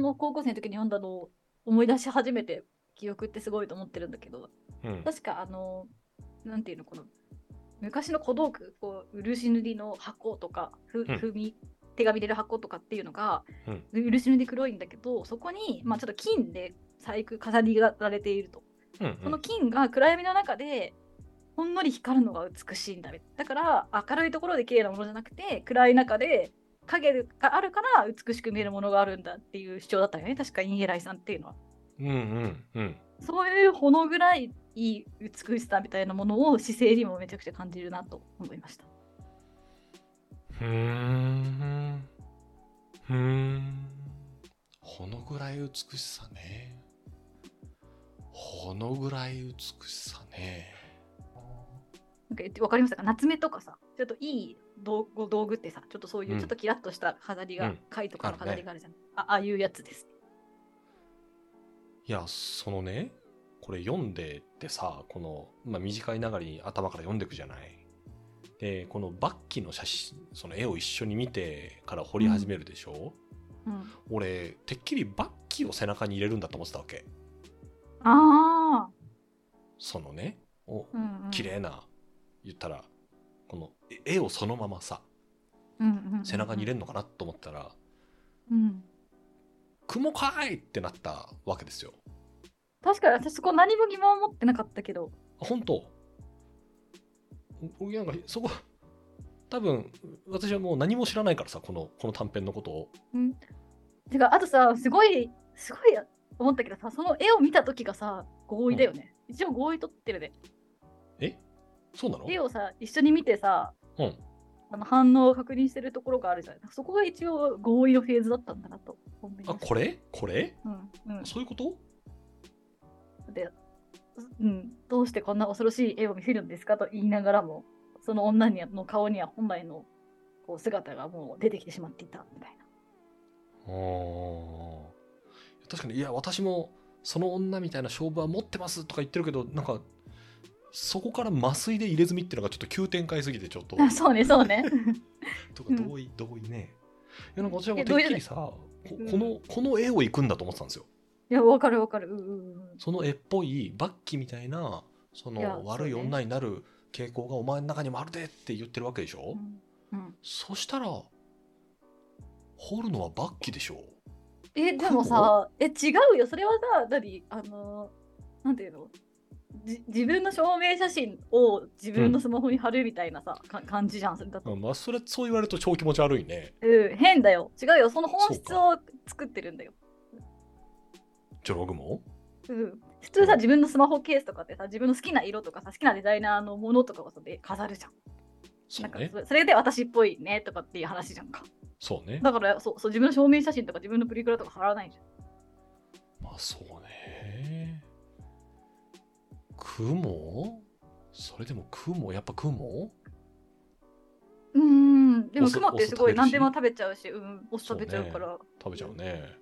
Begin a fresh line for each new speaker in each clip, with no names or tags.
も高校生の時に読んだのを思い出し始めて記憶ってすごいと思ってるんだけど
うん
確かあのなんていうのこの昔の小道具こう漆塗りの箱とかふ
うん
踏み、手が見れる箱とかっていうのが、漆塗り黒いんだけどそこに、まあ、ちょっと金で細工飾りがられていると
うん
その金が暗闇の中でほんのり光るのが美しいんだねだから明るいところで綺麗なものじゃなくて暗い中で影があるから美しく見えるものがあるんだっていう主張だったよね確かインエライさんっていうのは
うんうんうん
そういうほのぐらいいい美しさみたいなものを姿勢にもめちゃくちゃ感じるなと思いました
ふーんふーんこのぐらい美しさねこのぐらい美しさね
なんか言って分かりましたか夏目とかさちょっといい道具道具ってさちょっとそういううんちょっとキラッとした飾り
う
が
ん
貝とかの
あるね
飾りがあるじゃん、あああいうやつです
いやそのねこれ読んでってさこの、まあ、短いながらに頭から読んでいくじゃないでこのバッキの写真その絵を一緒に見てから掘り始めるでしょ、
うん、
俺てっきりバッキを背中に入れるんだと思ってたわけ
ああ、
そのねお
うんうん、
綺麗な言ったらこのえ絵をそのままさ
うんうんうんうん
背中に入れるのかなと思ったら
うん、
「雲かーい!」ってなったわけですよ。
確かに私そこ何も疑問を持ってなかったけど、
あ本当おなんかそこ多分私はもう何も知らないからさこのこの短編のことを。
うん、てかあとさすごいすごい思ったけどさその絵を見た時がさ合意だよね、一応合意取ってるね
えそうなの
絵をさ一緒に見てさ
うん、
あの反応を確認してるところがあるじゃないそこが一応合意のフェーズだったんだなと思いま
あ
した
これこれ
うんうん
そういうこと
で、うん、どうしてこんな恐ろしい絵を見せるんですかと言いながらもその女にはの顔には本来のこう姿がもう出てきてしまっていたみたいな
あー確かにいや私もその女みたいな勝負は持ってますとか言ってるけどなんかそこから麻酔で入れ墨っていうのがちょっと急展開すぎてちょっと
あ そうねそうね
とか
うん
同意同意ねいやなんか私は
え
てっきりさこ
ういう
このこの絵を行くんだと思ってたんですよ
いやわかるわかるうんうんうん
その絵っぽいバッキみたいなそ
いや
の悪い
そうね
女になる傾向がお前の中にもあるでって言ってるわけでしょ、
うん
そしたら掘るのはバッキでしょ
えでもさえ違うよそれはさ何あのーなんていうのじ自分の証明写真を自分のスマホに貼るみたいなさ、か感じじゃんそれだと、
まあそれそう言われると超気持ち悪いね
うん、変だよ違うよその本質を作ってるんだよ
ジョログも
うん、普通さ自分のスマホケースとかってさ自分の好きな色とかさ好きなデザイナーのものとかをさで飾るじゃん
そ
なんか
うね
それそれで私っぽいねとかっていう話じゃんか
そうね
だからそうそう自分の証明写真とか自分のプリクラとか貼らないじゃん
まあそうね雲それでも雲やっぱ雲
うーんでも
オス
雲ってすご
オ
い
ス食べるし
何でも食べちゃうしうんお酢食べちゃうから
食べちゃうね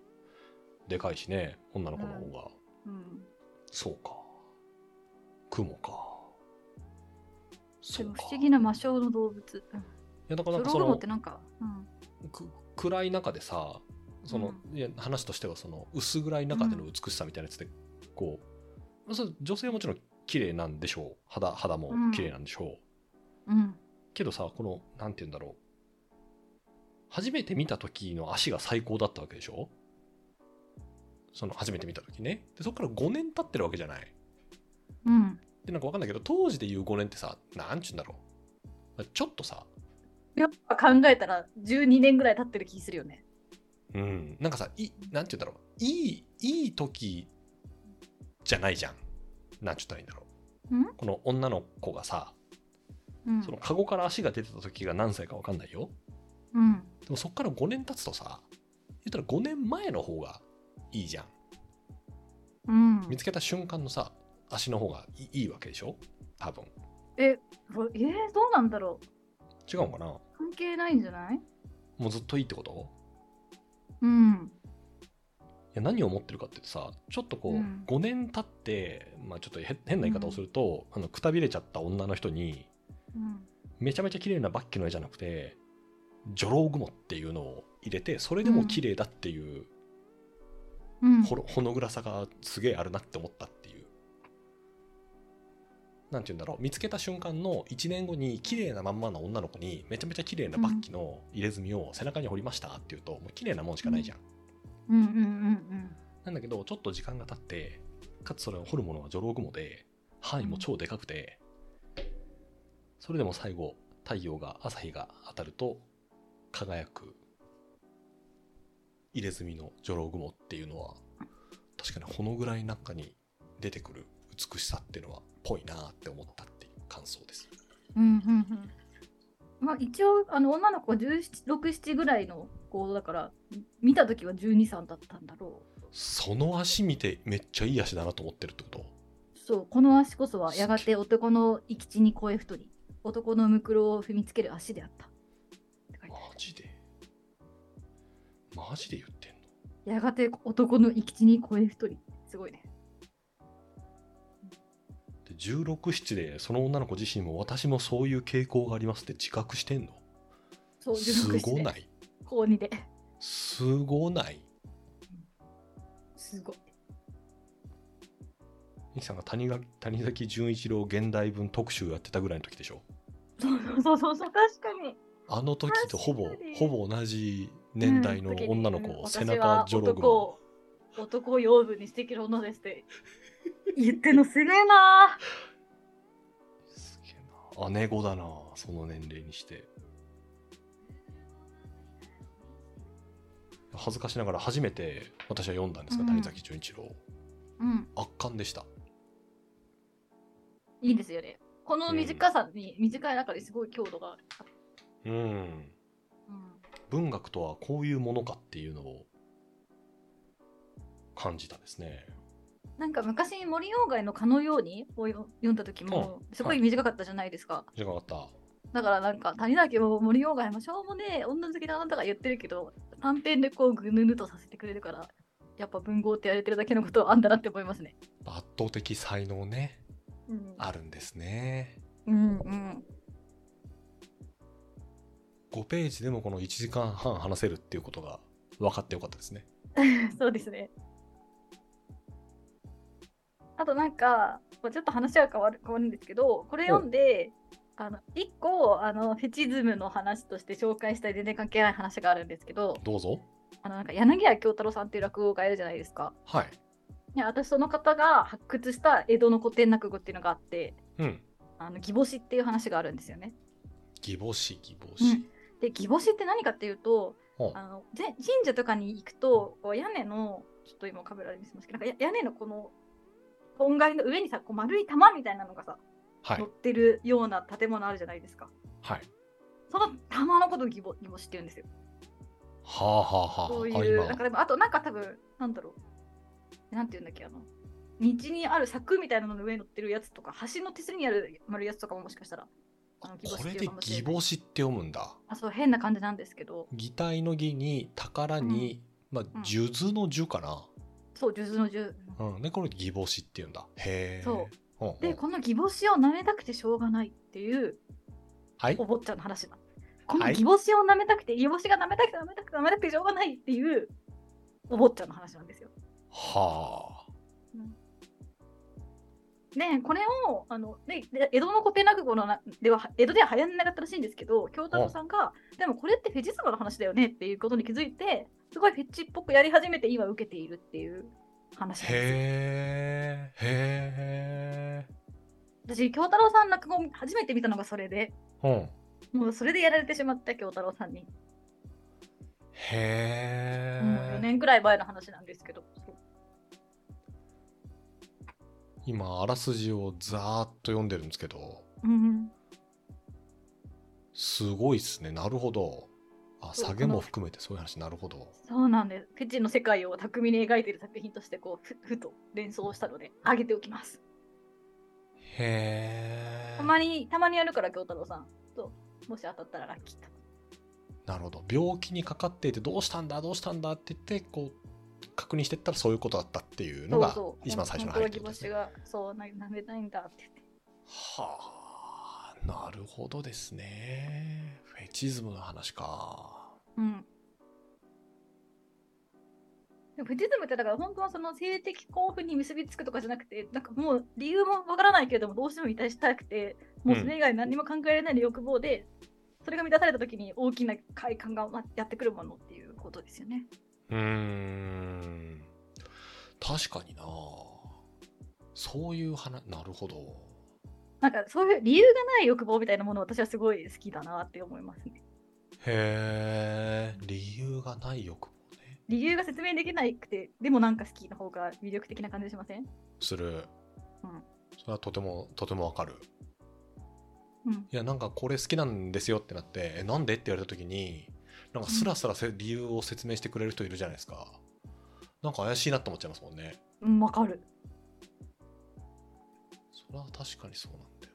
でかいしね女の子の方が、
うん
そうか雲かそ
で
う
も
か
不思議な魔性の動物うん
いやだか
ジョ
らなん
ロ
かそ
グモ
の
ってなんかうん
く暗い中でさその、いや話としてはその薄暗い中での美しさみたいなやつで、こうそれ女性はもちろん綺麗なんでしょう肌肌も綺麗なんでしょ
う
う、
ん
けどさこのなんて言うんだろう初めて見た時の足が最高だったわけでしょその初めて見た時ねでそこから5年経ってるわけじゃない
うん
でなんかわかんないけど当時で言う5年ってさなんちゅうんだろうちょっとさ
やっぱ考えたら12年ぐらい経ってる気するよね
うんなんかさいなんて言うんだろういいいい時じゃないじゃんなんちゅったらいいんだろうんこの女の子がさ
うん
そのカゴから足が出てた時が何歳かわかんないよ
うん
でもそっから5年経つとさ言ったら5年前の方がいいじゃん
うん
見つけた瞬間のさ足の方がいいいいわけでしょ多分
うわえー、どうなんだろう
違うのかなも
関係ないんじゃないう
ずっといいってこと
うん
いや何を思ってるかっていうとさちょっとこう、
うん
5年経って、まあ、ちょっとへ変な言い方をすると、あのくたびれちゃった女の人に
うん
めちゃめちゃ綺麗なバッキの絵じゃなくて「女郎雲」っていうのを入れてそれでも綺麗だっていう
うん
ほろほの暗さがすげえあるなって思ったっていう。なんて言うんだろう見つけた瞬間の1年後に綺麗なまんまの女の子にめちゃめちゃ綺麗なバッキの入れ墨を背中に彫りましたっていうともう綺麗なもんしかないじゃん。
うんうんうん
なんだけどちょっと時間が経ってかつそれを彫るものは女郎雲で範囲も超でかくてそれでも最後太陽が朝日が当たると輝く入れ墨の女郎雲っていうのは確かにこのぐらいの中に出てくる美しさっていうのはぽいなーって思ったっていう感想です。
うんうんうんうんまあ一応あの女の子が1617ぐらいの子だから見た時は123だったんだろ
その足見てめっちゃいい足だなと思ってるってこと
うそうこの足こそはやがて男の生き地に声太り男のむくろを踏みつける足であったって書いてある
マジでマジで言ってんの
やがて男の生き地に声太りすごいね
で167でその女の子自身も私もそういう傾向がありますって自覚してんの
そう
す
16
ご
で
ない
高2です
ごない
すごい
ミキさんが谷垣谷崎潤一郎現代文特集やってたぐらいの時でしょ
そうそうそうそう確かに
あの時とほぼ
確かに
ほぼ同じ年代の女の子を背中ジョログ
男
ロ
を男を養分にしてきる女ですって言ってんのすげえな
すげえな姉子だなその年齢にして恥ずかしながら初めて私は読んだんですが、
うん
谷崎潤一郎
うん
圧巻でした
いいですよねこの短さに、短い中ですごい強度がある、
うん文学とはこういうものかっていうのを感じたですね。
なんか昔森鴎外の「蚊のように」をよ読んだ時も
うん
すごい短かったじゃないですか、
じゃなかった。
だからなんか谷崎も森鴎外もしょうもねえ女好きなあなたが言ってるけど短編でこうぐぬぬとさせてくれるからやっぱ文豪ってやれてるだけのことはあんだなって思いますね
圧倒的才能ね。
うん
あるんですね。
うんうん
5ページでもこの1時間半話せるっていうことが分かってよかったですね。
そうですね。あとなんか、まあちょっと話は変わる変わるんですけど、これ読んで、あの一個あのフェチズムの話として紹介したい全然関係ない話があるんですけど、
どうぞ。
あのなんか柳家京太郎さんっていう落語家いるじゃないですか。
はい。
いや私その方が発掘した江戸の古典落語っていうのがあって、
うん。
あの義母子っていう話があるんですよね。
義母子、義母
う
子
ん。で義母子って何かっていうと、
ほう
あのぜ神社とかに行くとこう屋根のちょっと今カメラで見せますけどなんかや屋根のこのとんがりの上にさこう丸い玉みたいなのがさ、
はい
乗っ。てるような建物あるじゃないですか
はい。
その玉のことを義母義母してるんですよ
はあはあはあ。
そういう
あ
なんか
今
でもあとなんか多分なんだろうなんていうんだっけあの道にある柵みたいなのの上に乗ってるやつとか橋の手すりにある丸いやつとかももしかしたらあの義母
こ
子っ
れ
てい
で
うかもしれ
義
ない
母子って読むんだ。
あそう変な感じなんですけど
擬態の義に宝に、ま
う
あ
ん
数珠の樹かな。
そう数珠の十
うん。でこれ義母子って言うんだ。へえ。
そ
うんうん。
でこの義母子を舐めたくてしょうがないっていう
はい
お。坊ちゃんの話だ。この
はい
義母子を舐めたくて、義母子が舐めたくて舐めたくて舐めたくてしょうがないっていうお坊ちゃんの話なんですよ。
はあ。
で、これをあのでで江戸の古典落語のなでは江戸では流行んなかったらしいんですけど、京太郎さんが、でもこれってフェチズムの話だよねっていうことに気づいて、すごいフェチっぽくやり始めて今受けているっていう話なんですよ。
へえ。へえ。
私、京太郎さん落語初めて見たのがそれで、
うん。
もうそれでやられてしまった京太郎さんに。
へ
もう4
え。
年くらい前の話なんですけど。そう
今あらすじをざーっと読んでるんですけど、
うん
すごいっすね。なるほど。あ、
そう
下げ
こ
も
の
含めてそういう話。なるほど。
そうなんです。フェチの世界を巧みに描いている作品としてこうふ、ふと連想したので、あげておきます。
へえ
た。まに、たまにやるから、京太郎さん。と、もし当たったらラッキーと。
なるほど。病気にかかっていてどうしたんだどうしたんだって言ってこう確認してったらそういうことだったっていうの
そ
が
うそう。
一番最初の
本当
入
は
り
義母
です
子
ね。
が、そう、な舐めたいんだって言って。
はあ、なるほどですね。フェチズムの話か。
うん。でもフェチズムってだから本当はその性的興奮に結びつくとかじゃなくてなんかもう理由もわからないけれどもどうしても満たしたくてもうそれ以外何にも考えられない欲望で、それが満たされた時に大きな快感がまやってくるものっていうことですよね。
うーん確かになそういう話なるほど
なんかそういう理由がない欲望みたいなもの私はすごい好きだなって思いますね。
へえ理由がない欲望ね
理由が説明できなくてでもなんか好きの方が魅力的な感じしません
する、
うん
それはとてもとてもわかる
うん。
いやなんかこれ好きなんですよってなって「えなんで?」って言われた時になんかスラスラせ理由を説明してくれる人いるじゃないですかなんか怪しいなって思っちゃいますもんね
うん、わかる。
それは確かにそうなんだよ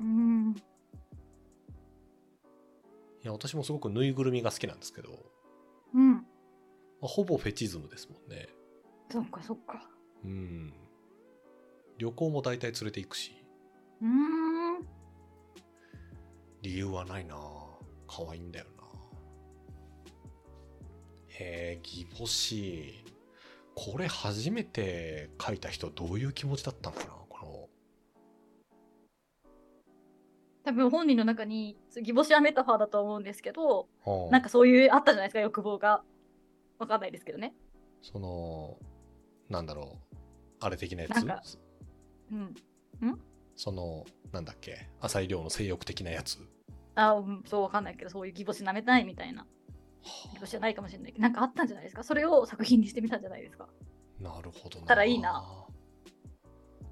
な
うん。
いや私もすごくぬいぐるみが好きなんですけど、ま
うん。
あほぼフェチズムですもんね
そっかそっか。
うん旅行も大体連れて行くし
うーん。
理由はないな可愛いんだよなへえギボシこれ初めて書いた人どういう気持ちだったのかなこ
多分本人の中にギボシはメタファーだと思うんですけど、
の、うん
なんかそういうあったじゃないですか欲望が。わかんないですけどね。
そのなんだろうあれ的なや
なんか
つ
うん。
そのなんだっけ浅井亮の性欲的なやつ
あ、うん、そうわかんないけどそういうギボシ舐めたいみたいな。ギボシじゃないかもしれないけどなんかあったんじゃないですかそれを作品にしてみたんじゃないですか。
なるほどな。
たらいいな。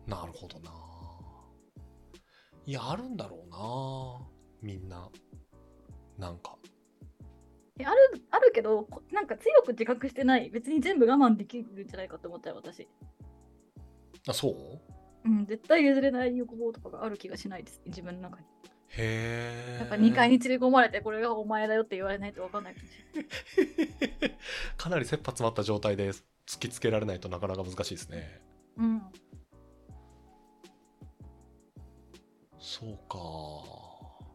なるほどな。いや、あるんだろうな。みんな。なんか。
えあるあるけどこなんか強く自覚してない別に全部我慢できるんじゃないかと思ったよ私、
あ、そう
うん、絶対譲れない欲望とかがある気がしないです自分の中に
へえ。
なんか2階に連れ込まれてこれがお前だよって言われないと分かんないかもしれない
かなり切羽詰まった状態で突きつけられないとなかなか難しいですね。
うん
そうか。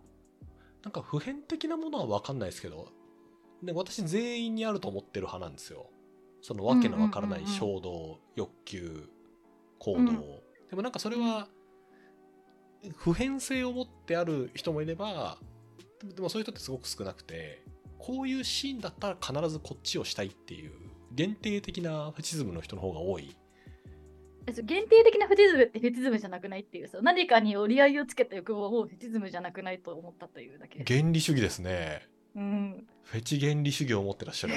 なんか普遍的なものは分かんないですけど、ね、私全員にあると思ってる派なんですよ。そのわけのわからな
う
い
んうんうんうん
衝動、欲求、行動。
うん
でもなんかそれは、普遍性を持ってある人もいれば、でもでもそういう人ってすごく少なくて、こういうシーンだったら必ずこっちをしたいっていう、限定的なファチズムの人の方が多い。
えそう限定的なフェチズムってフェチズムじゃなくないっていうそう何かに折り合いをつけた欲望をフェチズムじゃなくないと思ったというだけ
原理主義ですね。
うん
フェチ原理主義を持ってらっしゃる。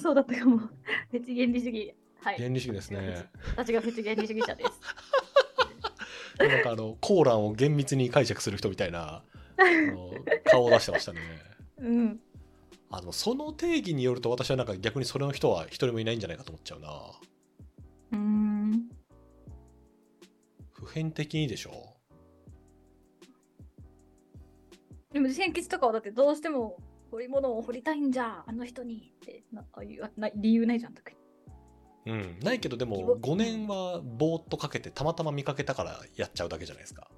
そうだったかもフェチ原理主義はい
原理主義ですね。
私がフェチ原理主義者です
なんかあのコーランを厳密に解釈する人みたいなあの顔を出してま したね。
うん
あのその定義によると私はなんか逆にそれの人は一人もいないんじゃないかと思っちゃうな。
うーん
普遍的にでしょ
でも先吉とかはだってどうしても掘り物を掘りたいんじゃあの人にってなあいうあな理由ないじゃん特に
うん。ないけどで
希望
も5年はぼーっとかけてたまたま見かけたからやっちゃうだけじゃないですか。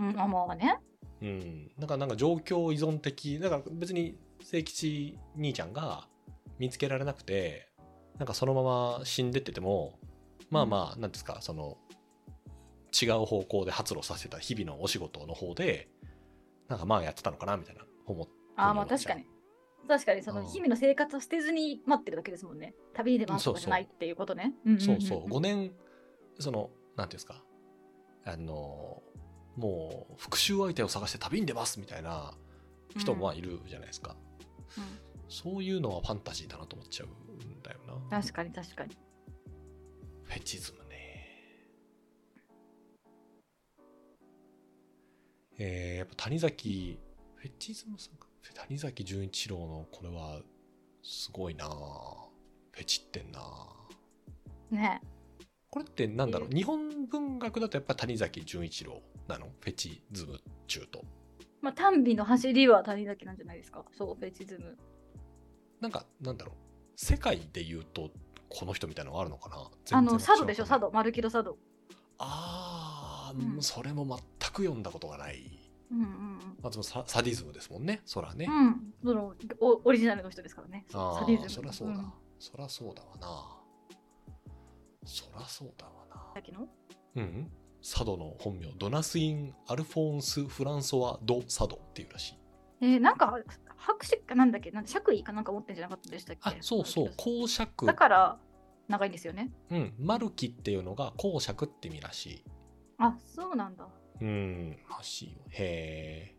うんあまあね
うん。なんかなんか状況依存的。だから別に清吉兄ちゃんが見つけられなくてなんかそのまま死んでっててもまあまあ何ですかその違う方向で発露させた日々のお仕事の方でなんかまあやってたのかなみたいな思っ
あ
そう
まあ
なんだ
確かに確かにその
うん
日々の生活を捨てずに待ってるだけですもんね旅に出ますとかじゃないっていうことねんんん
そうそう5年その何ていうんですかあのもう復讐相手を探して旅に出ますみたいな人もまあいるじゃないですか、
う
そういうのはファンタジーだなと思っちゃうんだよ
ん
な
確かに確かに
フェチズムねえーやっぱ谷崎フェチズムさんか谷崎潤一郎のこれはすごいなフェチってんな
ね
これってなんだろう、
えー
日本文学だとやっぱ谷崎潤一郎なのフェチズム中と
まあ単美の走りは谷崎なんじゃないですかそうフェチズム
なんかなんだろう世界で言うとこの人みたいなのがあるのかな
あの
全然
佐渡でしょ
私は
佐渡丸キロ佐渡
ああ、
うん
それも全く読んだことがない
うんうんうん
まあ、でもササディズムですもんね、そらね。
うん、そのおオリジナルの人ですからね。
あー
サディズム。
そりゃそうだ。
ん
そらそうだわなそらそうだわ
さ
な
っきの
うん佐渡の本名ドナスイン・アルフォーンス・フランソワ・ド・佐渡っていうらしい
えーなんか拍手かなんだっけなん爵位かなんか持ってんじゃなかったでしたっけ
あそうそう公爵
だから長いんですよね
うんマルキっていうのが公爵って意味らしい
あそうなんだ
うん、らしいよ。へえ。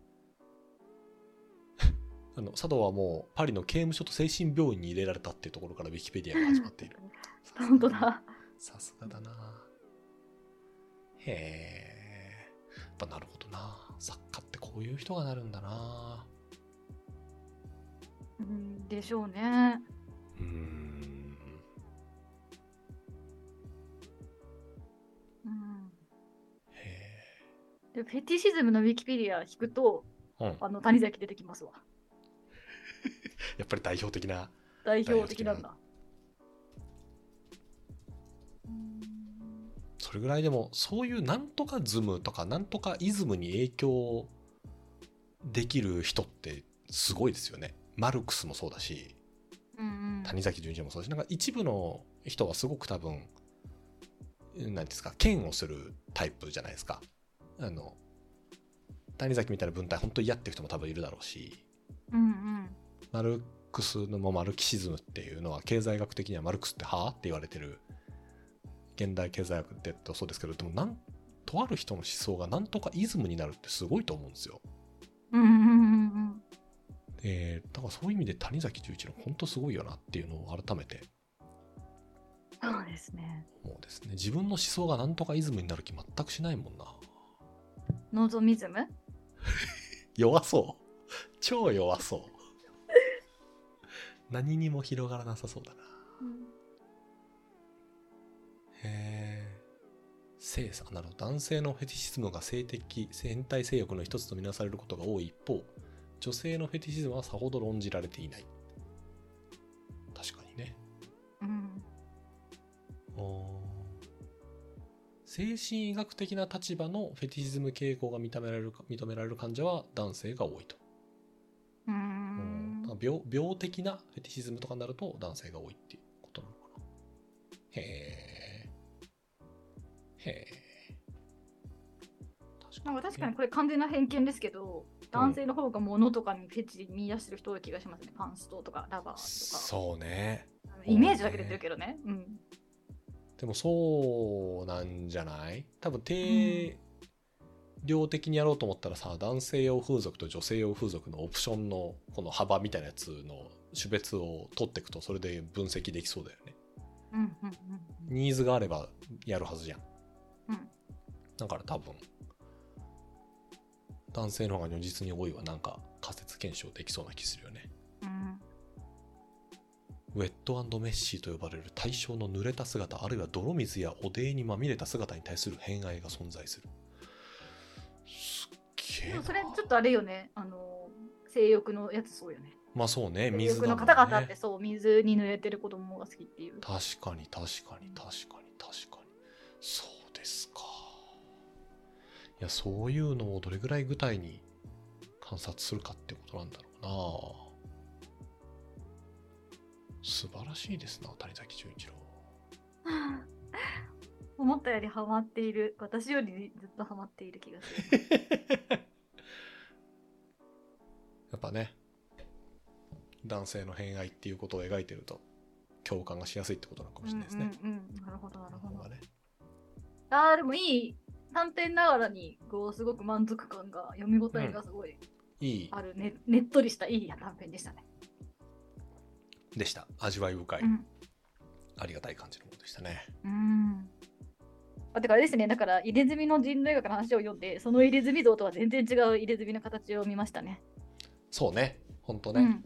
あの佐渡はもうパリの刑務所と精神病院に入れられたっていうところからウィキペディアが始まっている。
本当だ
さすがだな。へえ。やっぱなるほどな。作家ってこういう人がなるんだな。
うんでしょうね
うーん。
うん
へ
でフェティシズムのウィキペディア引くと
え。うん。
あの谷崎出てきますわ
やっぱり代表的な。
代表的なんだ
それぐらいでもそういうなんとかズムとかなんとかイズムに影響できる人ってすごいですよね。マルクスもそうだし
うんうん
谷崎潤一郎もそうだしなんか一部の人はすごく多分何ですか剣をするタイプじゃないですか。あの谷崎みたいな文体本当に嫌っていう人も多分いるだろうし
うんうん
マルクスのもマルキシズムっていうのは経済学的にはマルクスってはあって言われてる現代経済学ってそうですけどでもなんとある人の思想がなんとかイズムになるってすごいと思うんですよ。
うんうんうんうん
えーだからそういう意味で谷崎潤一郎本当すごいよなっていうのを改めて
そうですね
思うですね。自分の思想がなんとかイズムになる気全くしないもんな。
ノゾミズム
弱そう。超弱そう。 何にも広がらなさそうだな。へえ。性差なるほど男性のフェティシズムが性的変態性欲の一つとみなされることが多い一方女性のフェティシズムはさほど論じられていない確かにね
うん
うーん精神医学的な立場のフェティシズム傾向が認められるか認められる患者は男性が多いと、
う
うんん、だから病病的なフェティシズムとかになると男性が多いっていうことなのかなへえへえ確
なんか確かに
ね
これ完全な偏見ですけど、男性の方が物とかにフェチ見出してる人多い気がしますね。パンストとかラバーとか。
そうね
イメージだけで言ってるけどね。うん。
でもそうなんじゃない多分定量的にやろうと思ったらさ男性用風俗と女性用風俗のオプションのこの幅みたいなやつの種別を取っていくとそれで分析できそうだよね
うんうんうん
ニーズがあればやるはずじゃん、
うん
だから多分男性の方が如実に多いはなんか仮説検証できそうな気するよね
うん。
ウェットメッシーと呼ばれる対象の濡れた姿あるいは泥水やおでにまみれた姿に対する偏愛が存在するすっげえ
で
な
もそれちょっとあれよね。あの、性欲のやつそうよね。
まあそうね
性
水
欲
だも
の
んね
方々ってそう、水に濡れてる子供が好きっていう。
確かに確かに確かに確かにそうですかいやそういうのをどれぐらい具体に観察するかってことなんだろうな素晴らしいですな谷崎潤一郎
思ったよりハマっている。私よりずっとハマっている気がする。
やっぱね男性の偏愛っていうことを描いてると共感がしやすいってことなのかもしれない ですね、
うんうんうん、なるほど、なるほ
こ
ど
こが。ね
あーでもいい短編ながらにこうすごく満足感が読み応えがすごい
いい
あるね,、ねっとりしたいい短編でしたね。
でした味わい深い、
うん
ありがたい感じのものでしたね
うんあてかあれですねだから入れ墨の人類学の話を読んでその入れ墨像とは全然違う入れ墨の形を見ましたね。
そうねほんと
う
ね、
ん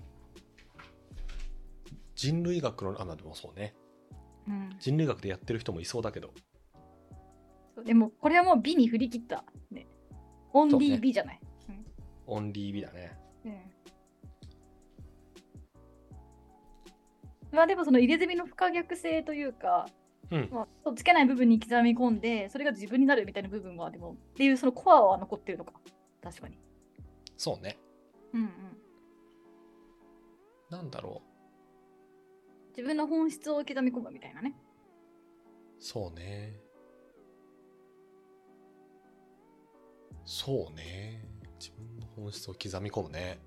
人類学のあまあでもそうね
うん
人類学でやってる人もいそうだけど
そうでもこれはもう美に振り切った、ね、オンリー美じゃない。
オンリー美だね
うんまあでもその入れ墨の不可逆性というか
うん
まあ、そうつけない部分に刻み込んでそれが自分になるみたいな部分はでもっていうそのコアは残ってるのか確かに
そうね
うんうん
なんだろう
自分の本質を受け止め込むみたいなね。
そうね。そうね。自分の本質を刻み込むね。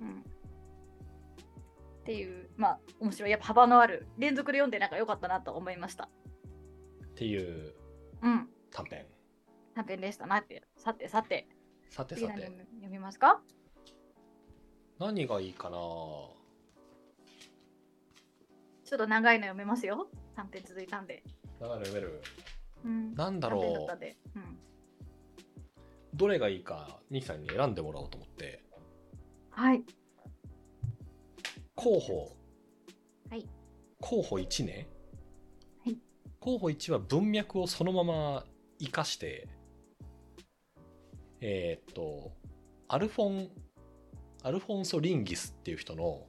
うんっていう、まあ、面白い、やっぱ幅のある、連続で読んでなんか良かったなと思いました。
っていう
うん、
短編。
短編でしたなって。さてさて、
さて
次
さ
何
て
読、み読みますか
何がいいかな
ちょっと長いの読めますよ。短編続いたんで。
長いの読める。
うん、
なんだ
短編だっ
ろ
た。
うん
で。うん、
どれがいいか、兄さんに選んでもらおうと思って。
はい。
候補。
はい。
候補1ね。
はい。
候補1は文脈をそのまま生かして、えーっと、アルフォン、アルフォンソ・リンギスっていう人の、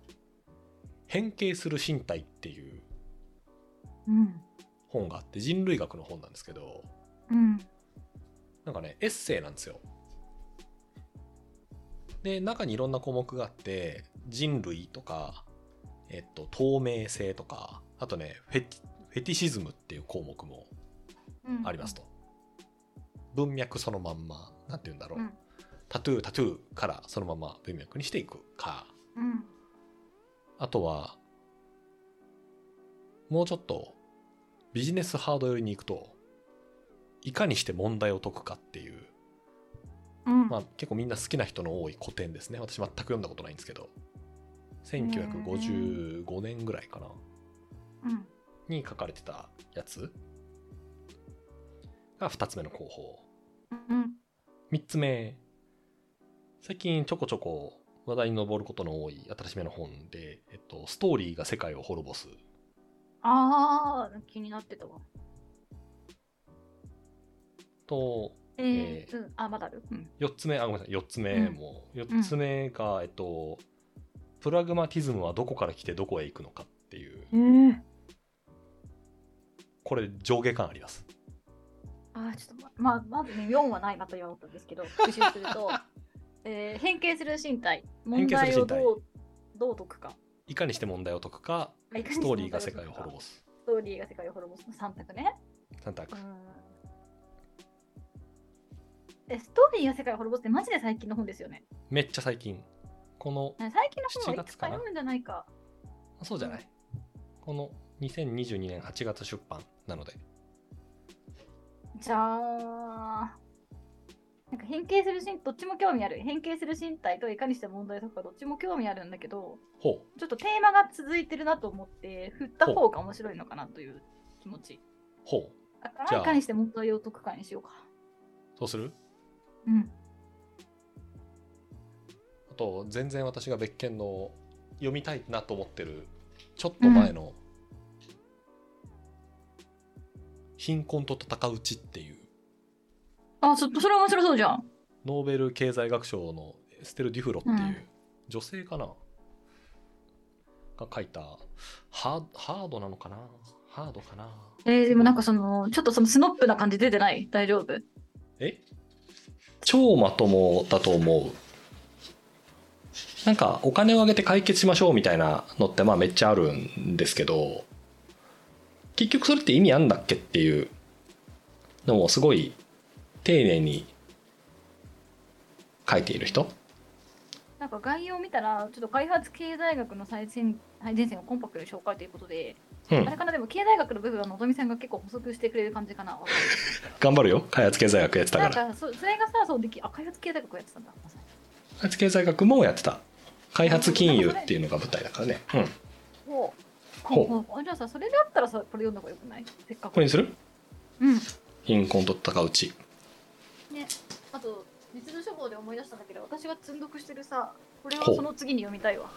変形する身体っていう
うん。
本があって、人類学の本なんですけど、
うん。
なんかね、エッセイなんですよ。で、中にいろんな項目があって、人類とか、えっと、透明性とか、あとね、フェティフェティシズムっていう項目も
うん
あります。と。文脈そのまんま、なんて言うんだろう。
うん
タトゥー、タトゥーからそのまま文脈にしていくか。
うん。
あとは、もうちょっとビジネスハード寄りに行くと、いかにして問題を解くかっていう
うん。
まあ、結構みんな好きな人の多い古典ですね。私全く読んだことないんですけど。1955年ぐらいかな。
うん。
に書かれてたやつが2つ目の候補。
うん。
3つ目。最近ちょこちょこ話題に上ることの多い新しめの本で、えっと、ストーリーが世界を滅ぼす。
ああ、気になってたわ。
と、
えー
えー
うん。あ、まだある。うん。
4つ目、あ、ごめんなさい、4つ目も。4つ目が、えっと、プラグマティズムはどこから来てどこへ行くのかっていう、
ええ
これ上下感あります。
あーちょっとままあまずね4はないなと言われたんですけど復習すると、えー変形する身体問
変形す
題
る
を
身体
どうどう解くか
いかにして問題を解くか、
あいかに
ス
して
トーリ
問
ーが
題
世
解くか
界を滅ぼす。
ストーリーが世界を滅ぼすの3択ね
三択
う。んえストーリーが世界を滅ぼすってマジで最近の本ですよね
めっちゃ最近。この、
ね最近の本は
7
いく
月
つ
か
か
な
読むんじゃないか
あそうじゃない。この2022年8月出版なので、
じゃあなんか変形する身どっちも興味ある変形する身体といかにして問題を解くかどっちも興味あるんだけど
ほう、
ちょっとテーマが続いてるなと思って、振った方が面白いのかなという気持ち。
ほう。
だか
じゃ
ら、
あ
いかにして問題を解くかにしようか。
そうする
うん。
あと、全然私が別件の読みたいなと思ってる、ちょっと前の、貧困と戦うちっていう、
あ、ちょっとそれ面白そうじゃん。
ノーベル経済学賞のエステル・デュフロっていううん女性かな、が書いたハーハードなのかなハードかな
えー、でもなんかその、ちょっとそのスノップな感じ出てない大丈夫
え超まともだと思うなんかお金をあげて解決しましょうみたいなのってまあめっちゃあるんですけど結局それって意味あんだっけっていうのもすごい丁寧に書いている人
なんか概要を見たら、ちょっと開発経済学の最前最前線をコンパクトに紹介ということで、
うん
あれかな、でも経済学の部分はのぞみさんが結構補足してくれる感じ かな。わか
頑張るよ開発経済学やってた
る
か
なん
ら
かそ、それがさ、そうでき、あ、開発経済学をやってたんだ。
開発経済学もやってた開発金融っていうのが舞台だからねうん
ほう。
ほう
ほう。あじゃあさ、それだったらさ、これ読んだ方がよくないせっかく。
これにする
うん。
貧困と戦ううち
ね、あと実務処方で思い出したんだけど私が積んどくしてるさこれは
ほう
その次に読みたいわ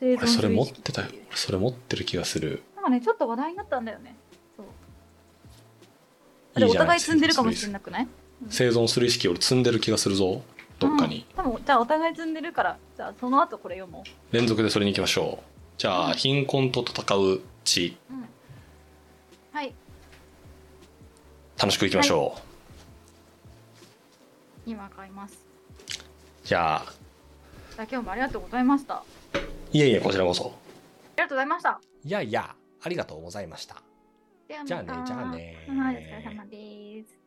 生
俺それ持ってたよ
ていう
俺それ持ってる気がする
なんかねちょっと話題になったんだよねそうあ
い
れ
い
お
じゃな
互
い
い積んでるかもしれ
ない
なくない
生存する意識俺積んでる気がするぞどっかに、
うん多分じゃあお互い積んでるからじゃあその後これ読も
連続でそれに行きましょうじゃあ、
うん
貧困と戦ううち
う、うん、はい
楽しくいきましょう、
今買います
じゃあ
じゃあ今日もありがとうございましたあ
いえいえこちらこそ
りがとうございました
いいやいや、ありがとうございました。
では
じゃあね、じゃあね。
はい、お疲れ様です。